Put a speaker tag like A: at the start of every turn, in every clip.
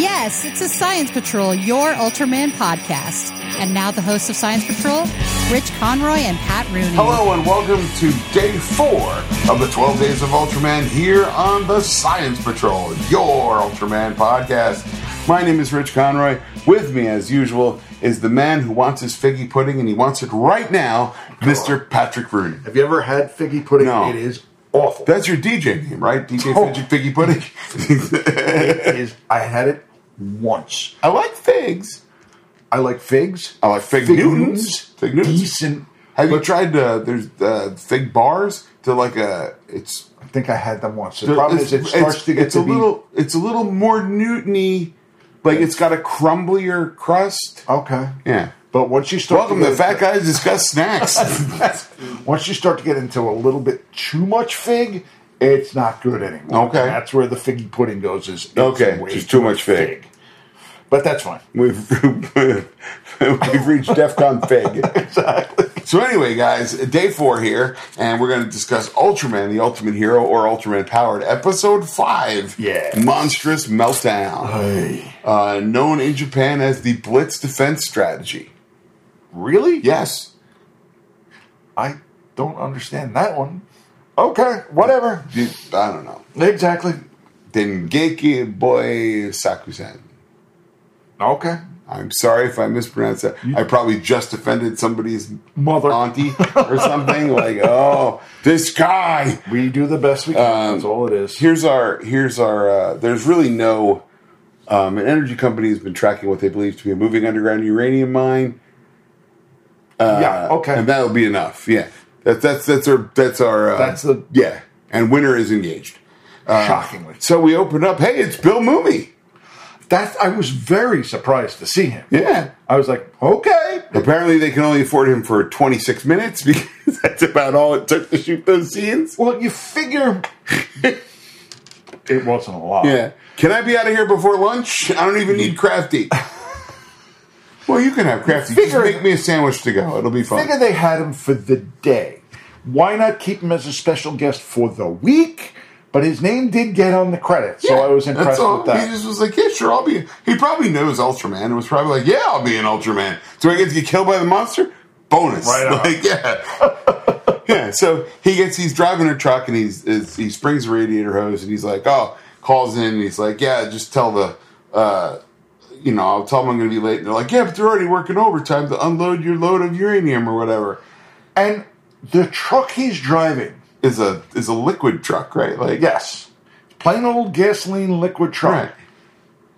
A: Yes, it's a Science Patrol, your Ultraman podcast. And now the hosts of Science Patrol, Rich Conroy and Pat Rooney.
B: Hello and welcome to day four of the 12 Days of Ultraman here on the Science Patrol, your Ultraman podcast. My name is Rich Conroy. With me, as usual, is the man who wants his figgy pudding and he wants it right now, Mr. Patrick Rooney.
C: Have you ever had figgy pudding?
B: No.
C: It is awful.
B: That's your DJ name, right? DJ
C: Oh.
B: Fidget Figgy Pudding.
C: it is. I had it once.
B: I like figs.
C: I like figs.
B: I like fig, Newtons. Fig Newtons.
C: Decent.
B: Have you tried uh, there's uh, fig bars to like a it's
C: I think I had them once. The problem is it
B: it's-
C: starts to get
B: it's
C: to
B: a
C: be
B: little it's a little more Newtony, like it's got a crumblier crust.
C: okay.
B: Yeah.
C: But once you start,
B: Welcome
C: to,
B: to
C: get
B: Fat Guys Discuss Snacks.
C: Once you start to get into a little bit too much fig, it's not good anymore.
B: Okay.
C: And that's where the figgy pudding goes. Is it's
B: Okay,
C: way
B: just too much fig.
C: But that's fine.
B: we've we've reached DefCon Fig. exactly. So anyway, guys, day four here, and we're going to discuss Ultraman, the Ultimate Hero, or Ultraman Powered, Episode Five.
C: Yes. Uh-huh.
B: Monstrous Meltdown, uh, known in Japan as the Blitz Defense Strategy.
C: Really?
B: Yes.
C: I don't understand that one. Okay, whatever.
B: You- I don't know.
C: Exactly.
B: Dengeki Boy Sakusan.
C: Okay.
B: I'm sorry if I mispronounced that. I probably just offended somebody's
C: Mother.
B: auntie or something. like, oh, this guy.
C: We do the best we can.
B: um,
C: that's all it is.
B: Here's our. Here's our. Uh, there's really no. Um, an energy company has been tracking what they believe to be a moving underground uranium mine.
C: yeah.
B: Uh,
C: Okay.
B: and that'll be enough. Yeah, that's that's that's our that's our uh,
C: That's the-
B: yeah. And winner is engaged. um,
C: Shockingly,
B: So we open up. Hey, it's Bill Mooney.
C: that I was very surprised to see him.
B: Yeah,
C: I was like, okay.
B: Apparently, they can only afford him for 26 minutes because that's about all it took to shoot those scenes.
C: Well, you figure it wasn't a lot.
B: Yeah. Can I be out of here before lunch? I don't even need Crafty. well, you can have Crafty. Just
C: Figure-
B: make me a sandwich to go. It'll be fun.
C: Figure they had him for the day. Why not keep him as a special guest for the week? But his name did get on the credits, so I was
B: That's
C: impressed
B: all.
C: with that.
B: He just was like, yeah, sure, I'll be. He probably knows Ultraman and was probably like, yeah, I'll be an Ultraman. Do I get to get killed by the monster? Bonus.
C: Right on.
B: Like, yeah. yeah. So he gets, he's driving a truck and he's, is, he springs the radiator hose and he's like, oh, calls in and he's like, yeah, just tell the, uh, you know, I'll tell them I'm going to be late. And they're like, yeah, but they're already working overtime to unload your load of uranium or whatever.
C: and the truck he's driving,
B: Is a is a liquid truck, right? Like,
C: yes, plain old gasoline liquid truck.
B: right.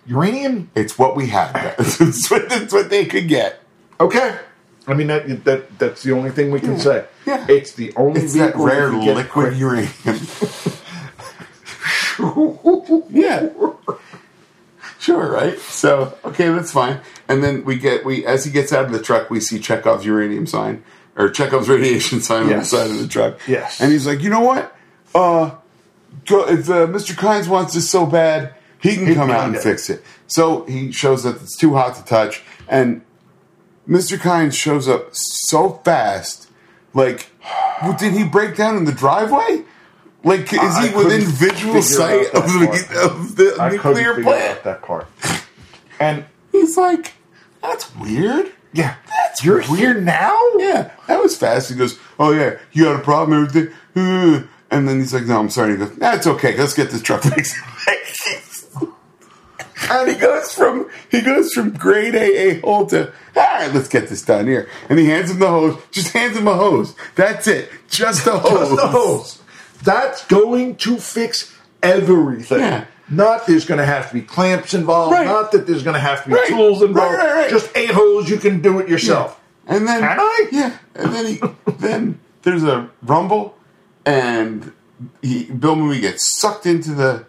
C: Uranium
B: It's what we had. it's, what, it's what they could get.
C: Okay. I mean that that that's the only thing we can say.
B: Yeah.
C: It's the only
B: It's that
C: vehicle we
B: rare
C: can get
B: liquid uranium. yeah. Sure, right? So, okay, that's fine. And then we get, we as he gets out of the truck, we see Chekhov's uranium sign, or Chekhov's radiation sign
C: Yes.
B: on the side of the truck.
C: Yes.
B: And he's like, you know what? Uh, go, if uh, Mr. Kynes wants this so bad, he can come out
C: can
B: and
C: do it.
B: fix it. So he shows that it's too hot to touch, and Mr. Kynes shows up so fast. Like, well, did he break down in the driveway? Like, is
C: I
B: he within
C: couldn't
B: visual
C: figure
B: sight
C: out
B: of
C: that
B: the,
C: part.
B: of the
C: I couldn't
B: nuclear
C: figure
B: plant?
C: out that part. And
B: He's like, that's weird.
C: yeah, you're here now.
B: Yeah, that was fast. He goes, oh, yeah, you had a problem, everything. Uh, And then he's like, no, I'm sorry. He goes, that's okay. Let's get this truck fixed. and he goes from he goes from grade A a hole to all right, let's get this done here. And he hands him the hose. Just hands him a hose. That's it. Just a hose.
C: Just the hose. Oh, That's going to fix everything.
B: Yeah.
C: Not there's going to have to be clamps involved.
B: Right.
C: Not that there's going to have to be
B: Right.
C: tools involved.
B: Right, right, right.
C: Just a hose. You can do it yourself.
B: And then
C: Can I?
B: Yeah. And then he then there's a rumble, and he Bill Mooney gets sucked into the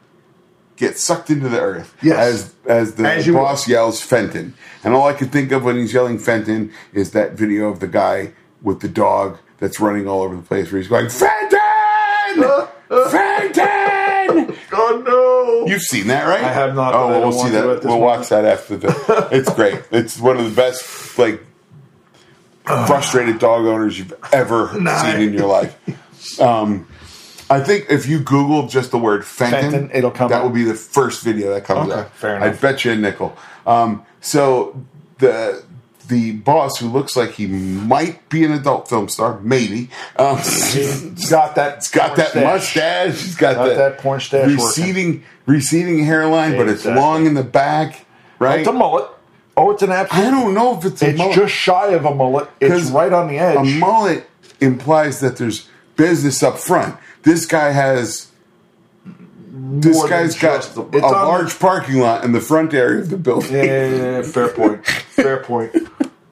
B: gets sucked into the earth.
C: Yes.
B: As as the
C: As you
B: boss yells Fenton, and all I can think of when he's yelling Fenton is that video of the guy with the dog that's running all over the place where he's going Fenton, Fenton.
C: Oh no!
B: You've seen that, right? I
C: have not,
B: Oh,
C: but I
B: we'll
C: don't
B: see
C: want
B: that.
C: to at this
B: We'll
C: moment.
B: watch that after the. It's great. It's one of the best, like, frustrated dog owners you've ever
C: Nah.
B: seen in your life. Um, I think if you Google just the word Fenton,
C: Fenton, it'll come
B: That
C: up.
B: will be the first video that comes
C: Okay,
B: up.
C: fair enough.
B: I bet you a nickel. Um, so the the boss who looks like he might be an adult film star, maybe. Um,
C: He's got that.
B: He's got that mustache. He's got,
C: Got
B: the
C: that porn stash
B: receding receding hairline, but it's
C: Exactly.
B: long in the back, right?
C: It's a mullet. Oh, it's an
B: I
C: absolute.
B: don't know if it's a
C: It's
B: mullet.
C: just shy of a mullet. It's
B: 'Cause
C: right on the edge.
B: a mullet implies that there's business up front. This guy has. This
C: More than
B: guy's got
C: just
B: a
C: the- It's on-
B: large parking lot in the front area of the building.
C: yeah, yeah, yeah, yeah, fair point. Fair point.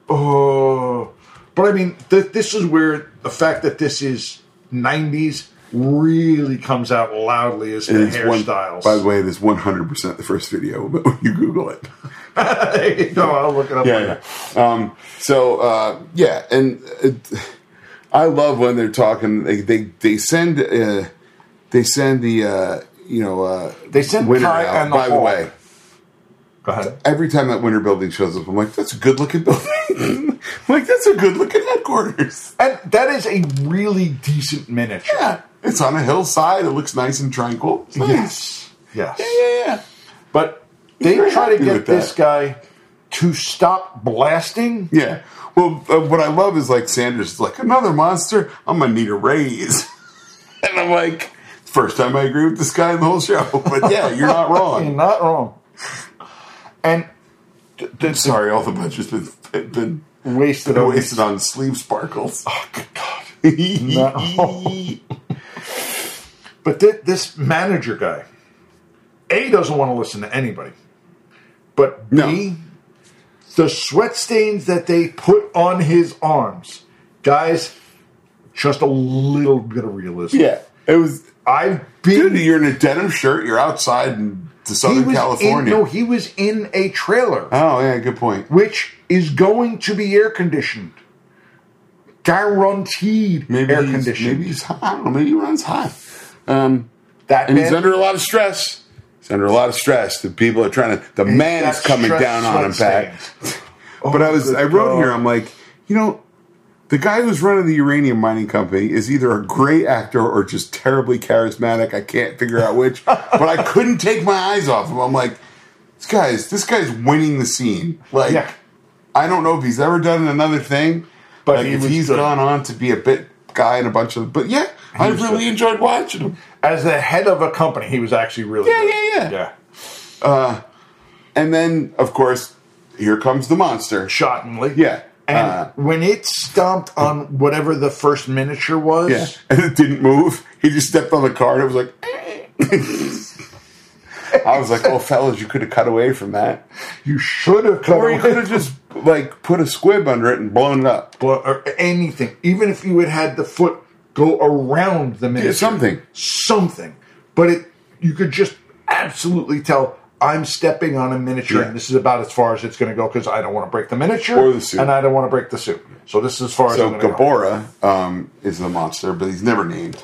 C: Oh, but I mean, th- this is where the fact that this is '90s really comes out loudly as the
B: It's one-
C: hairstyles.
B: by the way, this 100% the first video, but when you Google it.
C: no, I'll look it up.
B: yeah,
C: later.
B: yeah. Um, so uh, yeah, and it, I love when they're talking. They they, they send uh, they send the uh, you know uh,
C: They send
B: winner
C: Kai
B: out.
C: and the
B: By the
C: Hawk.
B: way,
C: Go ahead.
B: every time that winter building shows up, I'm like, that's a good looking building. I'm like that's a good looking headquarters.
C: And that is a really decent miniature.
B: Yeah, it's on a hillside. It looks nice and tranquil. It's nice.
C: Yes. Yes.
B: oh, Yeah, yeah, yeah.
C: But they
B: Very
C: try to
B: happy with
C: get this
B: that.
C: guy to stop blasting.
B: Yeah. Well, uh, what I love is like Sanders is like another monster. I'm gonna need a raise, and I'm like, first time I agree with this guy in the whole show. But yeah, you're not
C: You're
B: wrong.
C: not wrong. And
B: Sorry, all the budget's been been
C: wasted on
B: wasted on sleeve sparkles. Oh good god.
C: No. But thi- this manager guy, A doesn't want to listen to anybody. But B,
B: No.
C: the sweat stains that they put on his arms, guys, just a little bit of realism.
B: yeah, it was.
C: I've been.
B: Dude, you're in a denim shirt. You're outside in to
C: he
B: Southern
C: was
B: California.
C: In, no, he was in a trailer,
B: oh yeah, good point.
C: which is going to be air conditioned, guaranteed
B: Maybe
C: air
B: he's-
C: conditioned.
B: Maybe he's hot. I don't know. Maybe he runs hot. Um,
C: that
B: and he's
C: man-
B: under a lot of stress. He's under a lot of stress. The people are trying to. The man's
C: got
B: coming
C: stress
B: down on him,
C: sweat
B: Pat. but I was.
C: good
B: I wrote
C: God.
B: here. I'm like, you know, the guy who's running the uranium mining company is either a great actor or just terribly charismatic. I can't figure out which. but I couldn't take my eyes off him. I'm like, this guy's. This guy's winning the scene. Like,
C: Yeah.
B: I don't know if he's ever done another thing.
C: But
B: But like,
C: he
B: if
C: was
B: he's
C: good.
B: gone on to be a bit guy in a bunch of. But yeah, I
C: was
B: really
C: good.
B: enjoyed watching him.
C: as the head of a company, he was actually really
B: Yeah,
C: good.
B: yeah, yeah. And then, of course, here comes the monster.
C: Shockingly.
B: Yeah.
C: And
B: Uh,
C: when it stomped on whatever the first miniature was,
B: Yeah. And it didn't move. He just stepped on the car and it was like, I was like, oh, fellas, you could have cut away from that.
C: you should have cut
B: Or you
C: away
B: could have just, like, put a squib under it and blown it up.
C: from- or anything. Even if you had had the foot go around the miniature.
B: Yeah, something.
C: Something. But it you could just absolutely tell I'm stepping on a miniature
B: Yeah.
C: and this is about as far as it's going to go because I don't want to break the miniature
B: Or the suit.
C: and I don't want to break the suit. So this is as far as
B: So
C: I'm going to go.
B: Gabora um, is the monster, but he's never named.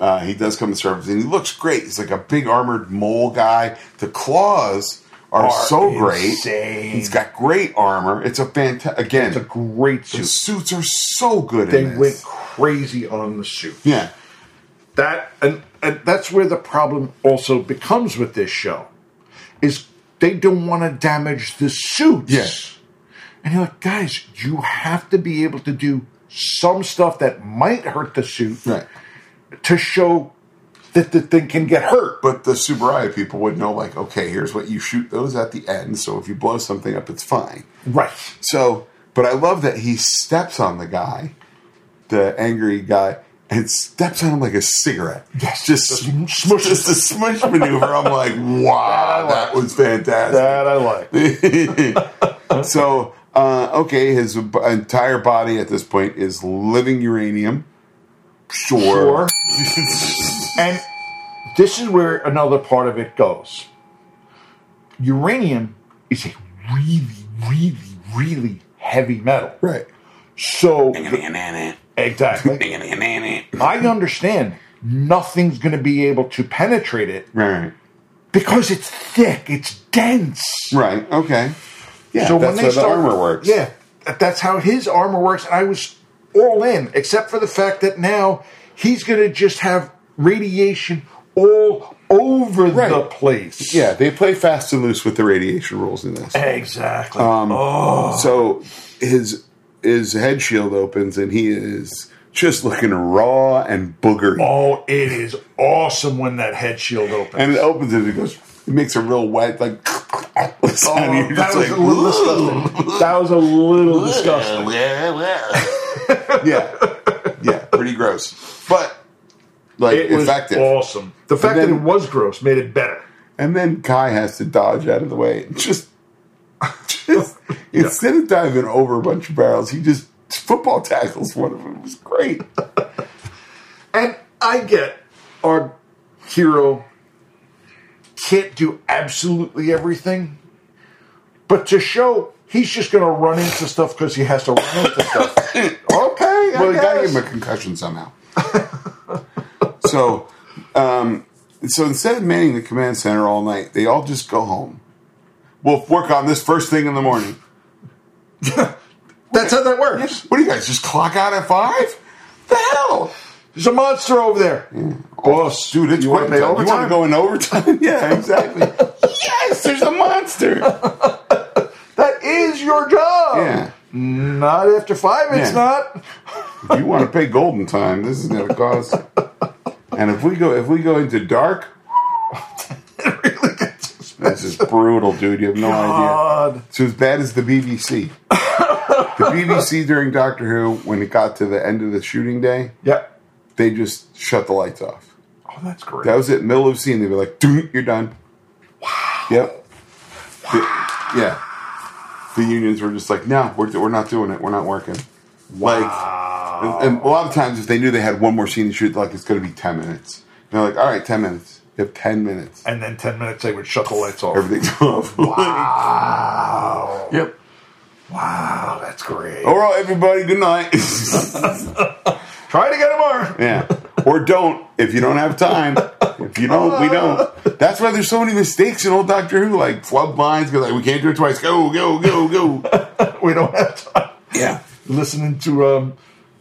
B: Uh, he does come to surface, and he looks great. He's like a big armored mole guy. The claws are,
C: Are
B: so great.
C: insane.
B: He's got great armor. It's a fantastic. Again,
C: It's a great
B: the
C: suit.
B: suits are so good.
C: They
B: in this.
C: went crazy on the suit.
B: Yeah,
C: that and, and that's where the problem also becomes with this show is they don't want to damage the suits
B: Yes.
C: and you're like guys you have to be able to do some stuff that might hurt the suit
B: right.
C: to show that the thing can get hurt
B: But the Subaraya people would know, like, okay, here's what you shoot those at the end. So if you blow something up, it's fine.
C: right
B: So, but I love that he steps on the guy, the angry guy, and steps on him like a cigarette.
C: Yes.
B: just
C: Just
B: sm-
C: smush
B: just the smush maneuver. I'm like, wow, that was fantastic.
C: that i like
B: so, uh, okay, his b- entire body at this point is living uranium. Sure.
C: Sure. and this is where another part of it goes. Uranium is a really, really, really heavy metal.
B: right.
C: So
B: Exactly.
C: exactly, I understand nothing's going to be able to penetrate it
B: Right.
C: because it's thick, it's dense.
B: Right. Okay. Yeah.
C: so
B: that's
C: when they
B: how
C: start,
B: the armor works.
C: yeah, that- that's how his armor works. And I was all in, except for the fact that now he's going to just have radiation all over
B: Right.
C: the place.
B: Yeah, they play fast and loose with the radiation rules in this.
C: Exactly.
B: So his his head shield opens and he is just looking raw and boogery.
C: oh, it is awesome when that head shield opens.
B: And it opens and it goes it makes a real wet like sound.
C: Oh,
B: You're
C: that
B: just
C: was
B: like,
C: a little disgusting. That was a little disgusting.
B: yeah. Yeah, pretty gross. But like
C: It was
B: effective.
C: awesome. The fact
B: then-
C: that it was gross made it better.
B: And then Kai has to dodge out of the way. Just, just instead of diving over a bunch of barrels, he just football tackles one of them. It was great.
C: And I get our hero can't do absolutely everything, but to show he's just going to run into stuff because he has to run into stuff.
B: Okay, well,
C: I
B: you gotta
C: guess.
B: give him a concussion somehow. so, um, so instead of manning the command center all night, they all just go home. We'll work on this first thing in the morning.
C: That's how that works.
B: What do you guys just clock out at five? The hell,
C: There's a monster over there. Boss,
B: dude! Oh, It's
C: you
B: quick.
C: want to pay
B: You want
C: overtime?
B: to go in overtime? yeah, exactly. yes, there's a monster.
C: that is your job.
B: Yeah.
C: Not after five, it's
B: Yeah.
C: not.
B: If you want to pay golden time, this is going to cost. And if we go, if we go into dark, this is brutal, dude. You have no idea.
C: God.
B: It's as bad as the BBC. the BBC during Doctor Who, when it got to the end of the shooting day,
C: Yeah.
B: they just shut the lights off.
C: Oh, that's great.
B: That was it. Middle of scene, they'd be like, "Doot, you're done." Wow. Yep. The- yeah. The unions were just like, "No, we're we're not doing it. We're not working." Like, and, and a lot of times, if they knew they had one more scene to shoot, like it's going to be ten minutes, they're like, "All right, ten minutes. You have ten minutes.
C: and then 10 minutes they would shut the lights off.
B: Everything's off."
C: Wow.
B: yep.
C: Wow, Oh, that's great.
B: All right, everybody. Good night.
C: Try to get more.
B: yeah. Or don't if you don't have time. If you don't, we don't. That's why there's so many mistakes in old Doctor Who, like flub lines, be like, "We can't do it twice. Go, go, go, go."
C: We don't have time.
B: Yeah.
C: Listening to um,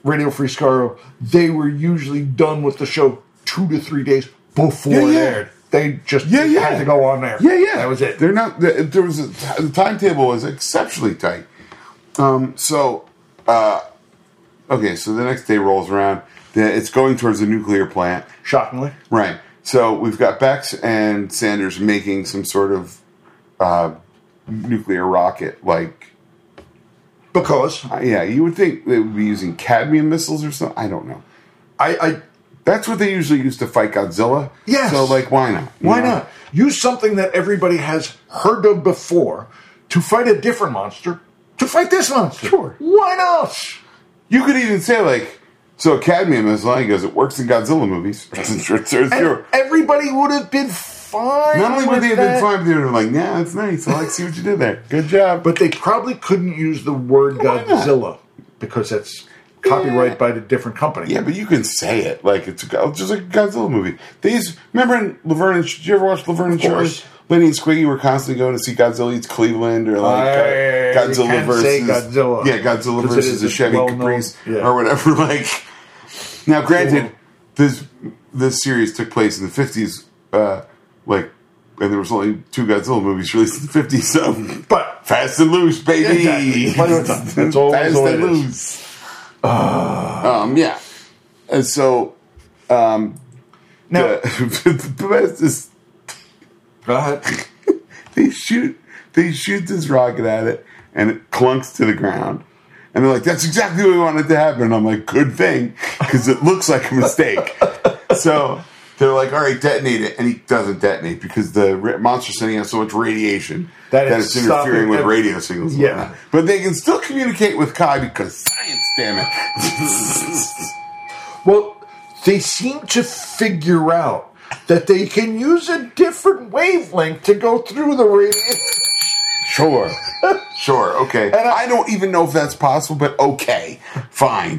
C: Radio Free Scaro, they were usually done with the show two to three days before
B: Yeah, yeah.
C: it aired. They just
B: Yeah, yeah.
C: had to go on there.
B: Yeah, yeah.
C: That was it.
B: They're not. th- There was a, the timetable was exceptionally tight. Um. So, uh, okay. So the next day rolls around. The- It's going towards the nuclear plant.
C: Shockingly.
B: Right. So we've got Bex and Sanders making some sort of uh, nuclear rocket. Like,
C: Because
B: uh, yeah, you would think they would be using cadmium missiles or something. I don't know.
C: I, I
B: That's what they usually use to fight Godzilla.
C: Yes.
B: So like, why not? You
C: why
B: know?
C: not? Use something that everybody has heard of before to fight a different monster to fight this monster.
B: Sure.
C: Why not?
B: You could even say like, so cadmium is like as it works in Godzilla movies. It's
C: And
B: zero.
C: everybody would have been fine.
B: Not only would
C: with
B: they have been
C: that,
B: fine, but they would have been like, yeah, that's nice. I like see what you did there. Good job. But
C: but they probably couldn't use the word
B: Why not?
C: Godzilla because that's copyright by the different company.
B: yeah, but you can say it like it's a, go- just like a Godzilla movie. These remember in Laverne and Sh- did you ever watch Laverne and Shirley?
C: course.
B: Lenny and Squiggy were constantly going to see Godzilla eats Cleveland or like uh,
C: I
B: Godzilla
C: can't
B: versus
C: say Godzilla.
B: yeah Godzilla
C: 'Cause it
B: versus
C: is
B: the
C: a
B: Chevy
C: well-known-
B: Caprice
C: yeah.
B: or whatever. Like now,
C: Yeah.
B: granted, this this series took place in the fifties, uh, like, and there was only two Godzilla movies released in the fifties. So,
C: But-
B: Fast and Loose, baby,
C: Exactly. Play with them. That's all-
B: Fast
C: that's all
B: and
C: it is.
B: Loose. um, yeah, and so
C: Now,
B: uh, the best is
C: go ahead.
B: they shoot they shoot this rocket at it and it clunks to the ground and they're like that's exactly what we wanted to happen and i'm like good thing because it looks like a mistake so they're like all right detonate it and he doesn't detonate because the ra- monster's sending out so much radiation
C: That
B: that,
C: it's
B: it's interfering
C: stopping
B: with
C: every-
B: radio signals and
C: Yeah.
B: whatnot. but they can still communicate with kai because science damn it
C: Well, they seem to figure out that they can use a different wavelength to go through the radiation.
B: sure sure okay I, don't even know if that's possible but okay fine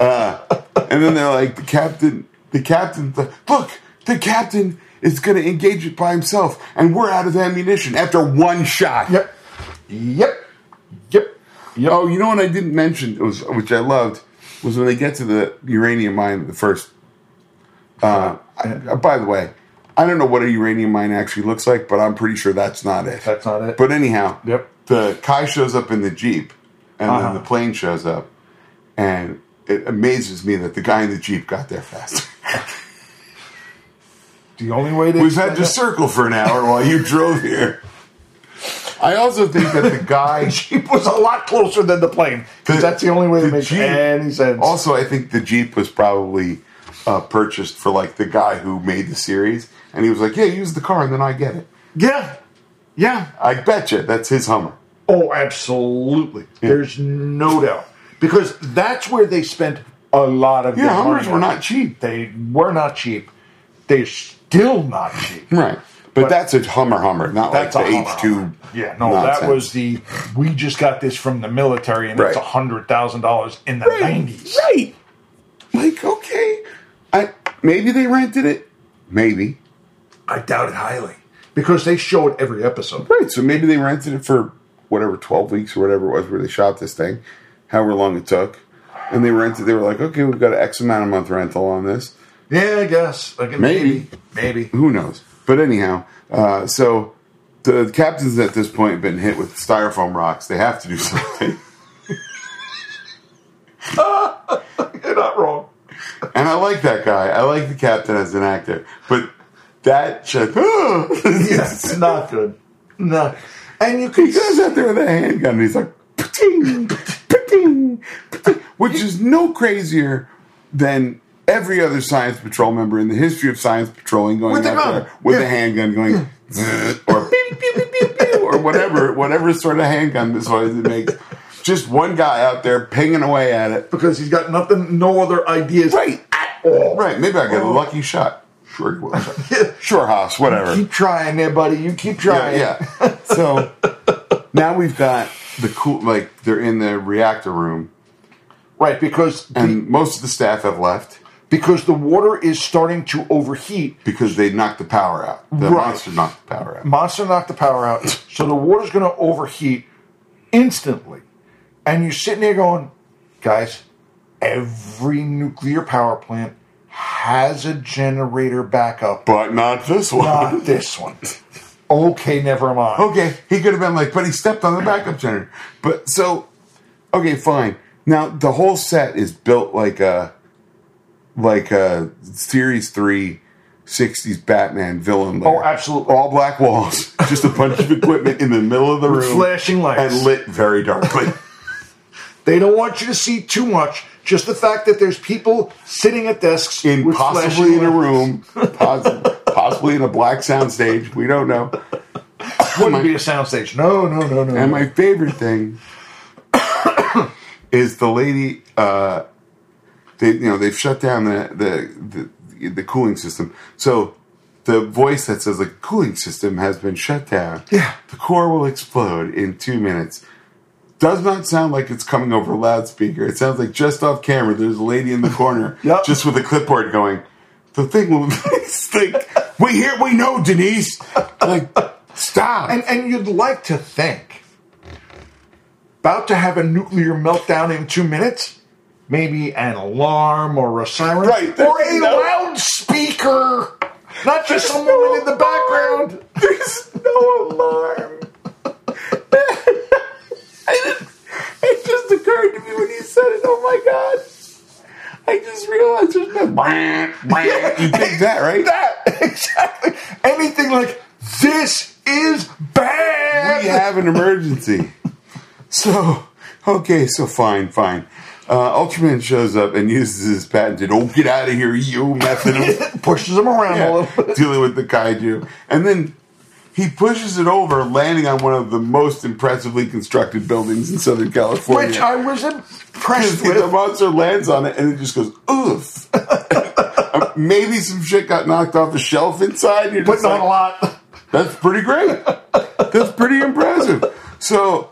B: uh, and then they're like the captain the captain's like look the captain is going to engage it by himself and we're out of ammunition after one shot
C: Yep. Yep. Yep. Yep.
B: oh you know what i didn't mention it was which i loved was when they get to the uranium mine the first Uh, I- by the way, I don't know what a uranium mine actually looks like, but I'm pretty sure that's not it.
C: That's not it.
B: But anyhow,
C: Yep.
B: The Kai shows up in the jeep, and
C: Uh-huh.
B: then the plane shows up, and it amazes me that the guy in the jeep got there faster.
C: the only way to
B: We've had to circle for an hour while you drove here. I also think that the guy.
C: Jeep was a lot closer than the plane because
B: The-
C: that's the only way to
B: the
C: make
B: Jeep-
C: any sense.
B: Also, I think the Jeep was probably uh, purchased for like the guy who made the series, and he was like, "Yeah, use the car, and then I get it."
C: yeah, yeah.
B: I bet you that's his Hummer.
C: Oh, absolutely. There's no doubt because that's where they spent a lot of.
B: Yeah,
C: their money
B: Hummers were
C: on.
B: not cheap,
C: They were not cheap. They're still not cheap.
B: right? But,
C: But-
B: that's a Hummer Hummer, not like
C: That's
B: the
C: a
B: H two.
C: Yeah, no, that was the. We just got this from the military, and it's
B: Right.
C: it's hundred thousand dollars in the nineties.
B: right. Like okay, I maybe they rented it, maybe
C: I doubt it highly because they show it every episode.
B: right. So maybe they rented it for whatever twelve weeks or whatever it was where they shot this thing, however long it took, and they rented. They were like, okay, we've got X amount a month rental on this.
C: Yeah, I guess. Like,
B: Maybe.
C: maybe.
B: who knows? But anyhow, uh, so the captains at this point have been hit with styrofoam rocks. They have to do something.
C: You're not wrong.
B: and I like that guy. I like the captain as an actor. But that shit,
C: It's not good. No, and you can
B: he goes out there with a handgun and he's like, "Pating, pating, pating," which is no crazier than every other science patrol member in the history of science patrolling going
C: With a
B: out
C: gun.
B: there with
C: Yeah.
B: a handgun going "Zzz," or beep, beep, beep, beep, beep, or whatever whatever sort of handgun this noise it makes. Just one guy out there pinging away at it.
C: because he's got nothing, no other ideas
B: Right.
C: at all.
B: Right, maybe I got
C: Oh.
B: a lucky shot. Sure, you will. sure, Haas, whatever.
C: Keep trying there, buddy. You keep trying.
B: Yeah, yeah. So now we've got the cool, like they're in the reactor room,
C: Right, because the,
B: and most of the staff have left
C: because the water is starting to overheat.
B: because they knocked the power out. The
C: Right.
B: monster knocked the power out.
C: Monster knocked the power out, so the water's going to overheat instantly. And you're sitting there going, guys, every nuclear power plant has a generator backup.
B: But not this one.
C: Not this one. Okay, never mind.
B: Okay, he could have been like, but he stepped on the backup generator. But so, okay, fine. Now the whole set is built like a, like a series three. 60s Batman villain. lair.
C: Oh, absolutely.
B: All black walls, just a bunch of equipment in the middle of the room.
C: flashing lights.
B: And lit very darkly.
C: They don't want you to see too much. Just the fact that there's people sitting at desks
B: in
C: with
B: possibly in a
C: flashing lights
B: room, pos- possibly in a black soundstage. We don't know.
C: wouldn't be a soundstage. No, no, no,
B: And
C: no. no.
B: my favorite thing is the lady. Uh, they you know they've shut down the the the, the cooling system. So. The voice that says the cooling system has been shut down.
C: Yeah.
B: The core will explode in two minutes. Does not sound like it's coming over a loudspeaker. It sounds like just off camera. There's a lady in the corner,
C: Yep.
B: just with a clipboard, going, "The thing will like we hear, we know, Denise. Like, stop."
C: and and you'd like to think about to have a nuclear meltdown in two minutes. Maybe an alarm or a siren,
B: Right,
C: Or a
B: there's no-
C: loudspeaker, not just someone in the background.
B: There's no alarm. I didn't- it just occurred to me when you said it. Oh my god! I just realized there's no. you think that right?
C: That exactly. Anything like this is bad.
B: we have an emergency. So, okay, so fine, fine. Uh, Ultraman shows up and uses his patented "Oh, get out of here, you" method of
C: Pushes them around a
B: yeah,
C: little bit.
B: dealing with the kaiju, and then he pushes it over, landing on one of the most impressively constructed buildings in Southern California.
C: which I was impressed with.
B: the monster lands on it and it just goes oof. Uh, Maybe some shit got knocked off the shelf inside. You're
C: but
B: just
C: not
B: like,
C: a lot.
B: that's pretty great. That's pretty impressive. So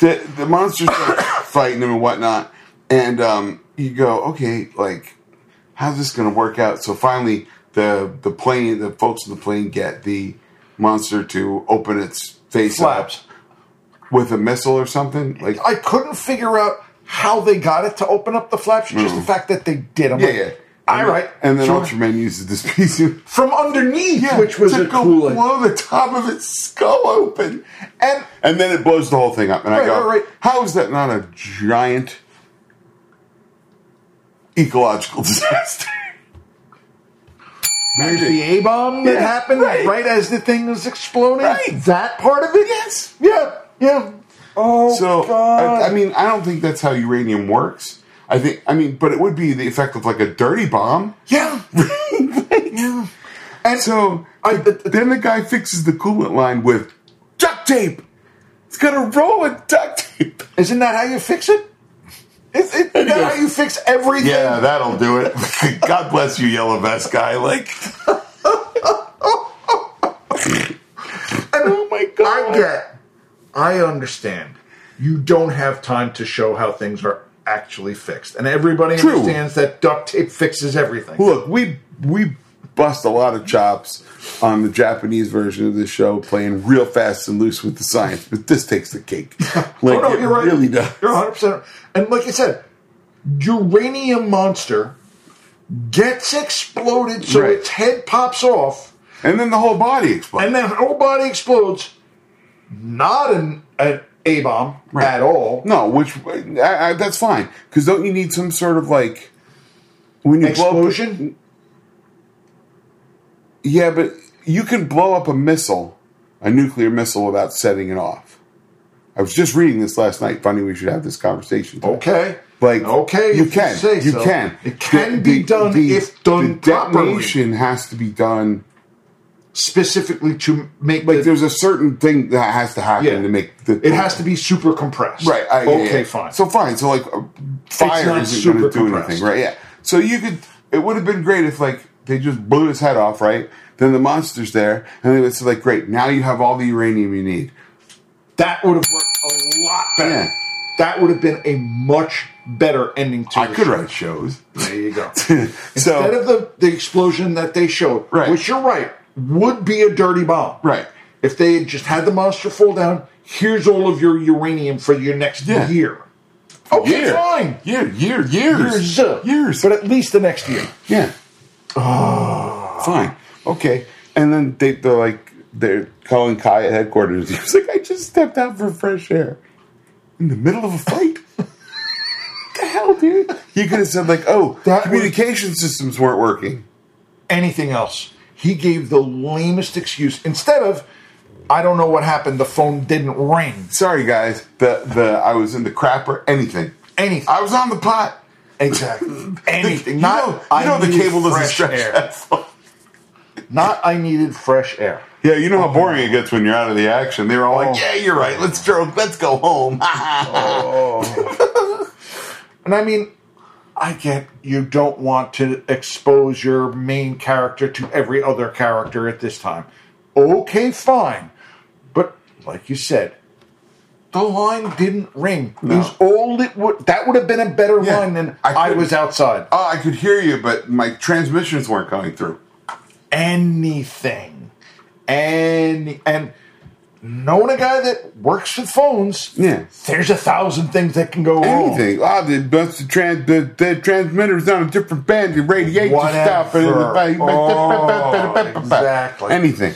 B: the the monsters start fighting him and whatnot, and um, you go, okay, like how's this going to work out? So finally, the the plane, the folks in the plane get the monster to open its face
C: Flaps.
B: up with a missile or something. Like
C: I couldn't figure out how they got it to open up the flaps. Just the fact that they did. I'm
B: Mm. yeah,
C: like,
B: yeah.
C: All right.
B: And then
C: sure.
B: Ultraman uses this pea suit
C: from underneath, which was
B: to
C: a
B: go
C: cool.
B: blow the top of its skull open,
C: And
B: and then it blows the whole thing up. And I
C: Right,
B: go,
C: right, right.
B: "How is that not a giant ecological disaster?"
C: there's the A bomb that
B: Yeah,
C: happened
B: right.
C: right. as the thing was exploding.
B: Right.
C: That part of it.
B: Yes.
C: Yeah. Yeah. Oh
B: So
C: God.
B: I, I mean, I don't think that's how uranium works. I think I mean, but it would be the effect of like a dirty bomb.
C: yeah. yeah. And
B: So
C: I-
B: th- then the guy fixes the coolant line with duct tape. He's got a roll of duct tape.
C: Isn't that how you fix it? Is it that how you fix everything?
B: Yeah, that'll do it. God bless you, yellow vest guy. Like,
C: oh my god! I get. I understand. You don't have time to show how things are actually fixed, and everybody
B: True.
C: understands that duct tape fixes everything.
B: look, we we bust a lot of chops on the Japanese version of this show, playing real fast and loose with the science, but this takes the cake. Like,
C: Oh, no,
B: it
C: you're right.
B: really does.
C: You're 100. percent And like I said, uranium monster gets exploded, so
B: Right.
C: its head pops off,
B: And then the whole body explodes.
C: and then her whole body explodes. Not an an a bomb
B: Right.
C: at all.
B: No, which I, I, that's fine because don't you need some sort of like when you Blow up,
C: Explosion.
B: yeah, but you can blow up a missile, a nuclear missile, without setting it off. I was just reading this last night. Funny, we should have this conversation. today.
C: Okay.
B: Like
C: Oh, okay,
B: you
C: if
B: can,
C: say
B: you
C: so.
B: can.
C: It can be done if done
B: the
C: properly,
B: detonation has to be done.
C: specifically to make
B: Like
C: the,
B: there's a certain thing that has to happen
C: Yeah.
B: to make the
C: It has to be super compressed.
B: Right. I,
C: okay.
B: yeah.
C: Fine.
B: So fine. So like, uh, fire
C: not
B: isn't going to do
C: super compressed.
B: anything, right? Yeah. So you could. It would have been great if like they just blew his head off, right? Then the monster's there, and they would say like, "Great, now you have all the uranium you need."
C: that would have worked a lot better.
B: Yeah.
C: That would have been a much better ending to
B: I
C: the
B: could
C: show.
B: write shows.
C: There you go. Instead
B: So
C: of the, the explosion that they showed,
B: Right.
C: which you're right, would be a dirty bomb.
B: Right.
C: If they had just had the monster fall down, here's all of your uranium for your next
B: Yeah.
C: year. Okay,
B: year,
C: fine.
B: year, year, years,
C: Years. uh,
B: years.
C: But at least the next year.
B: Yeah.
C: Ah.
B: Fine. Okay. And then they, they're like, they're calling Kai at headquarters. He was like, I just stepped out for fresh air in the middle of a fight. What the hell, dude? You could have said, like, oh,
C: That was-
B: communication systems weren't working.
C: anything else. He gave the lamest excuse instead of, I don't know what happened, the phone didn't ring.
B: Sorry, guys. The, the I was in the crapper. Anything.
C: Anything.
B: I was on the pot.
C: exactly. Anything.
B: You
C: Not,
B: know,
C: I
B: you know the
C: needed
B: cable doesn't
C: fresh
B: stretch
C: air.
B: that far.
C: Not, I needed fresh air.
B: Yeah, you know how boring it gets when you're out of the action. They were all like,
C: Oh.
B: "Yeah, you're right. Let's throw. Let's go home."
C: And I mean, I get you don't want to expose your main character to every other character at this time. Okay, fine. But like you said, the line didn't ring.
B: No.
C: Is all it would that would have been a better
B: Yeah.
C: line than
B: I
C: I
B: couldn't-
C: was outside.
B: Oh, I could hear you, but my transmissions weren't coming through.
C: anything. Any and knowing a guy that works with phones,
B: Yeah.
C: there's a thousand things that can go wrong.
B: Anything. Oh, the, bus- the, trans, the, the transmitter's on a different band. The radiation
C: Whatever.
B: stuff. And
C: Oh, exactly.
B: Anything.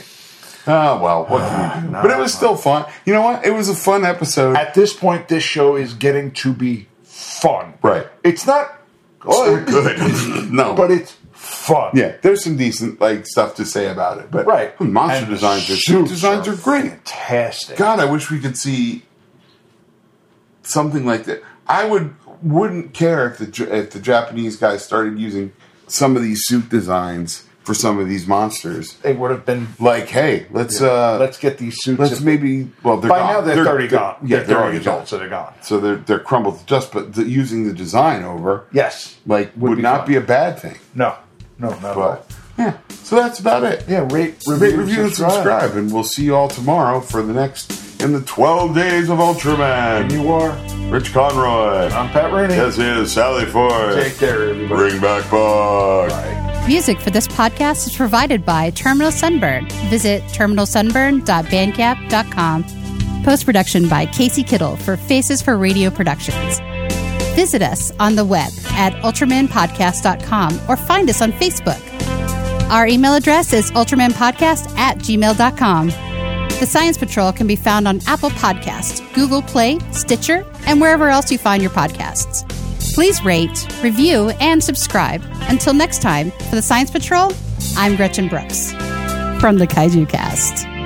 C: Ah,
B: Oh, well, what can we do? But it was still fun. You know what? It was a fun episode.
C: At this point, this show is getting to be fun.
B: Right.
C: It's not
B: Oh,
C: good,
B: it's good. no.
C: but it's fun.
B: yeah, there's some decent like stuff to say about it. But
C: Right.
B: monster
C: And
B: designs are
C: the
B: suit
C: suits
B: designs are great.
C: Fantastic.
B: God, I wish we could see something like that. I would wouldn't care if the J- if the Japanese guys started using some of these suit designs for some of these monsters.
C: They would have been.
B: Like, hey, let's uh, let's
C: let's get these suits. if-
B: maybe well, they're
C: by
B: gone.
C: now they're, 30 gone.
B: Yeah,
C: they're,
B: they're
C: 30
B: already
C: years
B: gone.
C: old, so they're gone.
B: So they're they're crumbled to dust. But the, using the design over,
C: Yes.
B: like would,
C: be
B: not
C: fun.
B: be a bad thing.
C: No. No. No.
B: But yeah, so that's about it.
C: yeah. Rate, review,
B: Rate, review, and subscribe, and we'll see you all tomorrow for the next in the twelve days of Ultraman.
C: You are.
B: Rich Conroy.
C: I'm Pat Rooney.
B: Yes, it is Sally Ford.
C: Uh, Take care, everybody.
B: Bring back Bug.
A: Music for this podcast is provided by Terminal Sunburn. Visit terminalsunburn.bandcamp.com. Post production by Casey Kittle for Faces for Radio Productions. Visit us on the web at ultramanpodcast.com or find us on Facebook. Our email address is ultramanpodcast at gmail.com. The Science Patrol can be found on Apple Podcasts, Google Play, Stitcher, and wherever else you find your podcasts. Please rate, review, and subscribe. Until next time, for the Science Patrol, I'm Gretchen Brooks from the Kaiju Cast.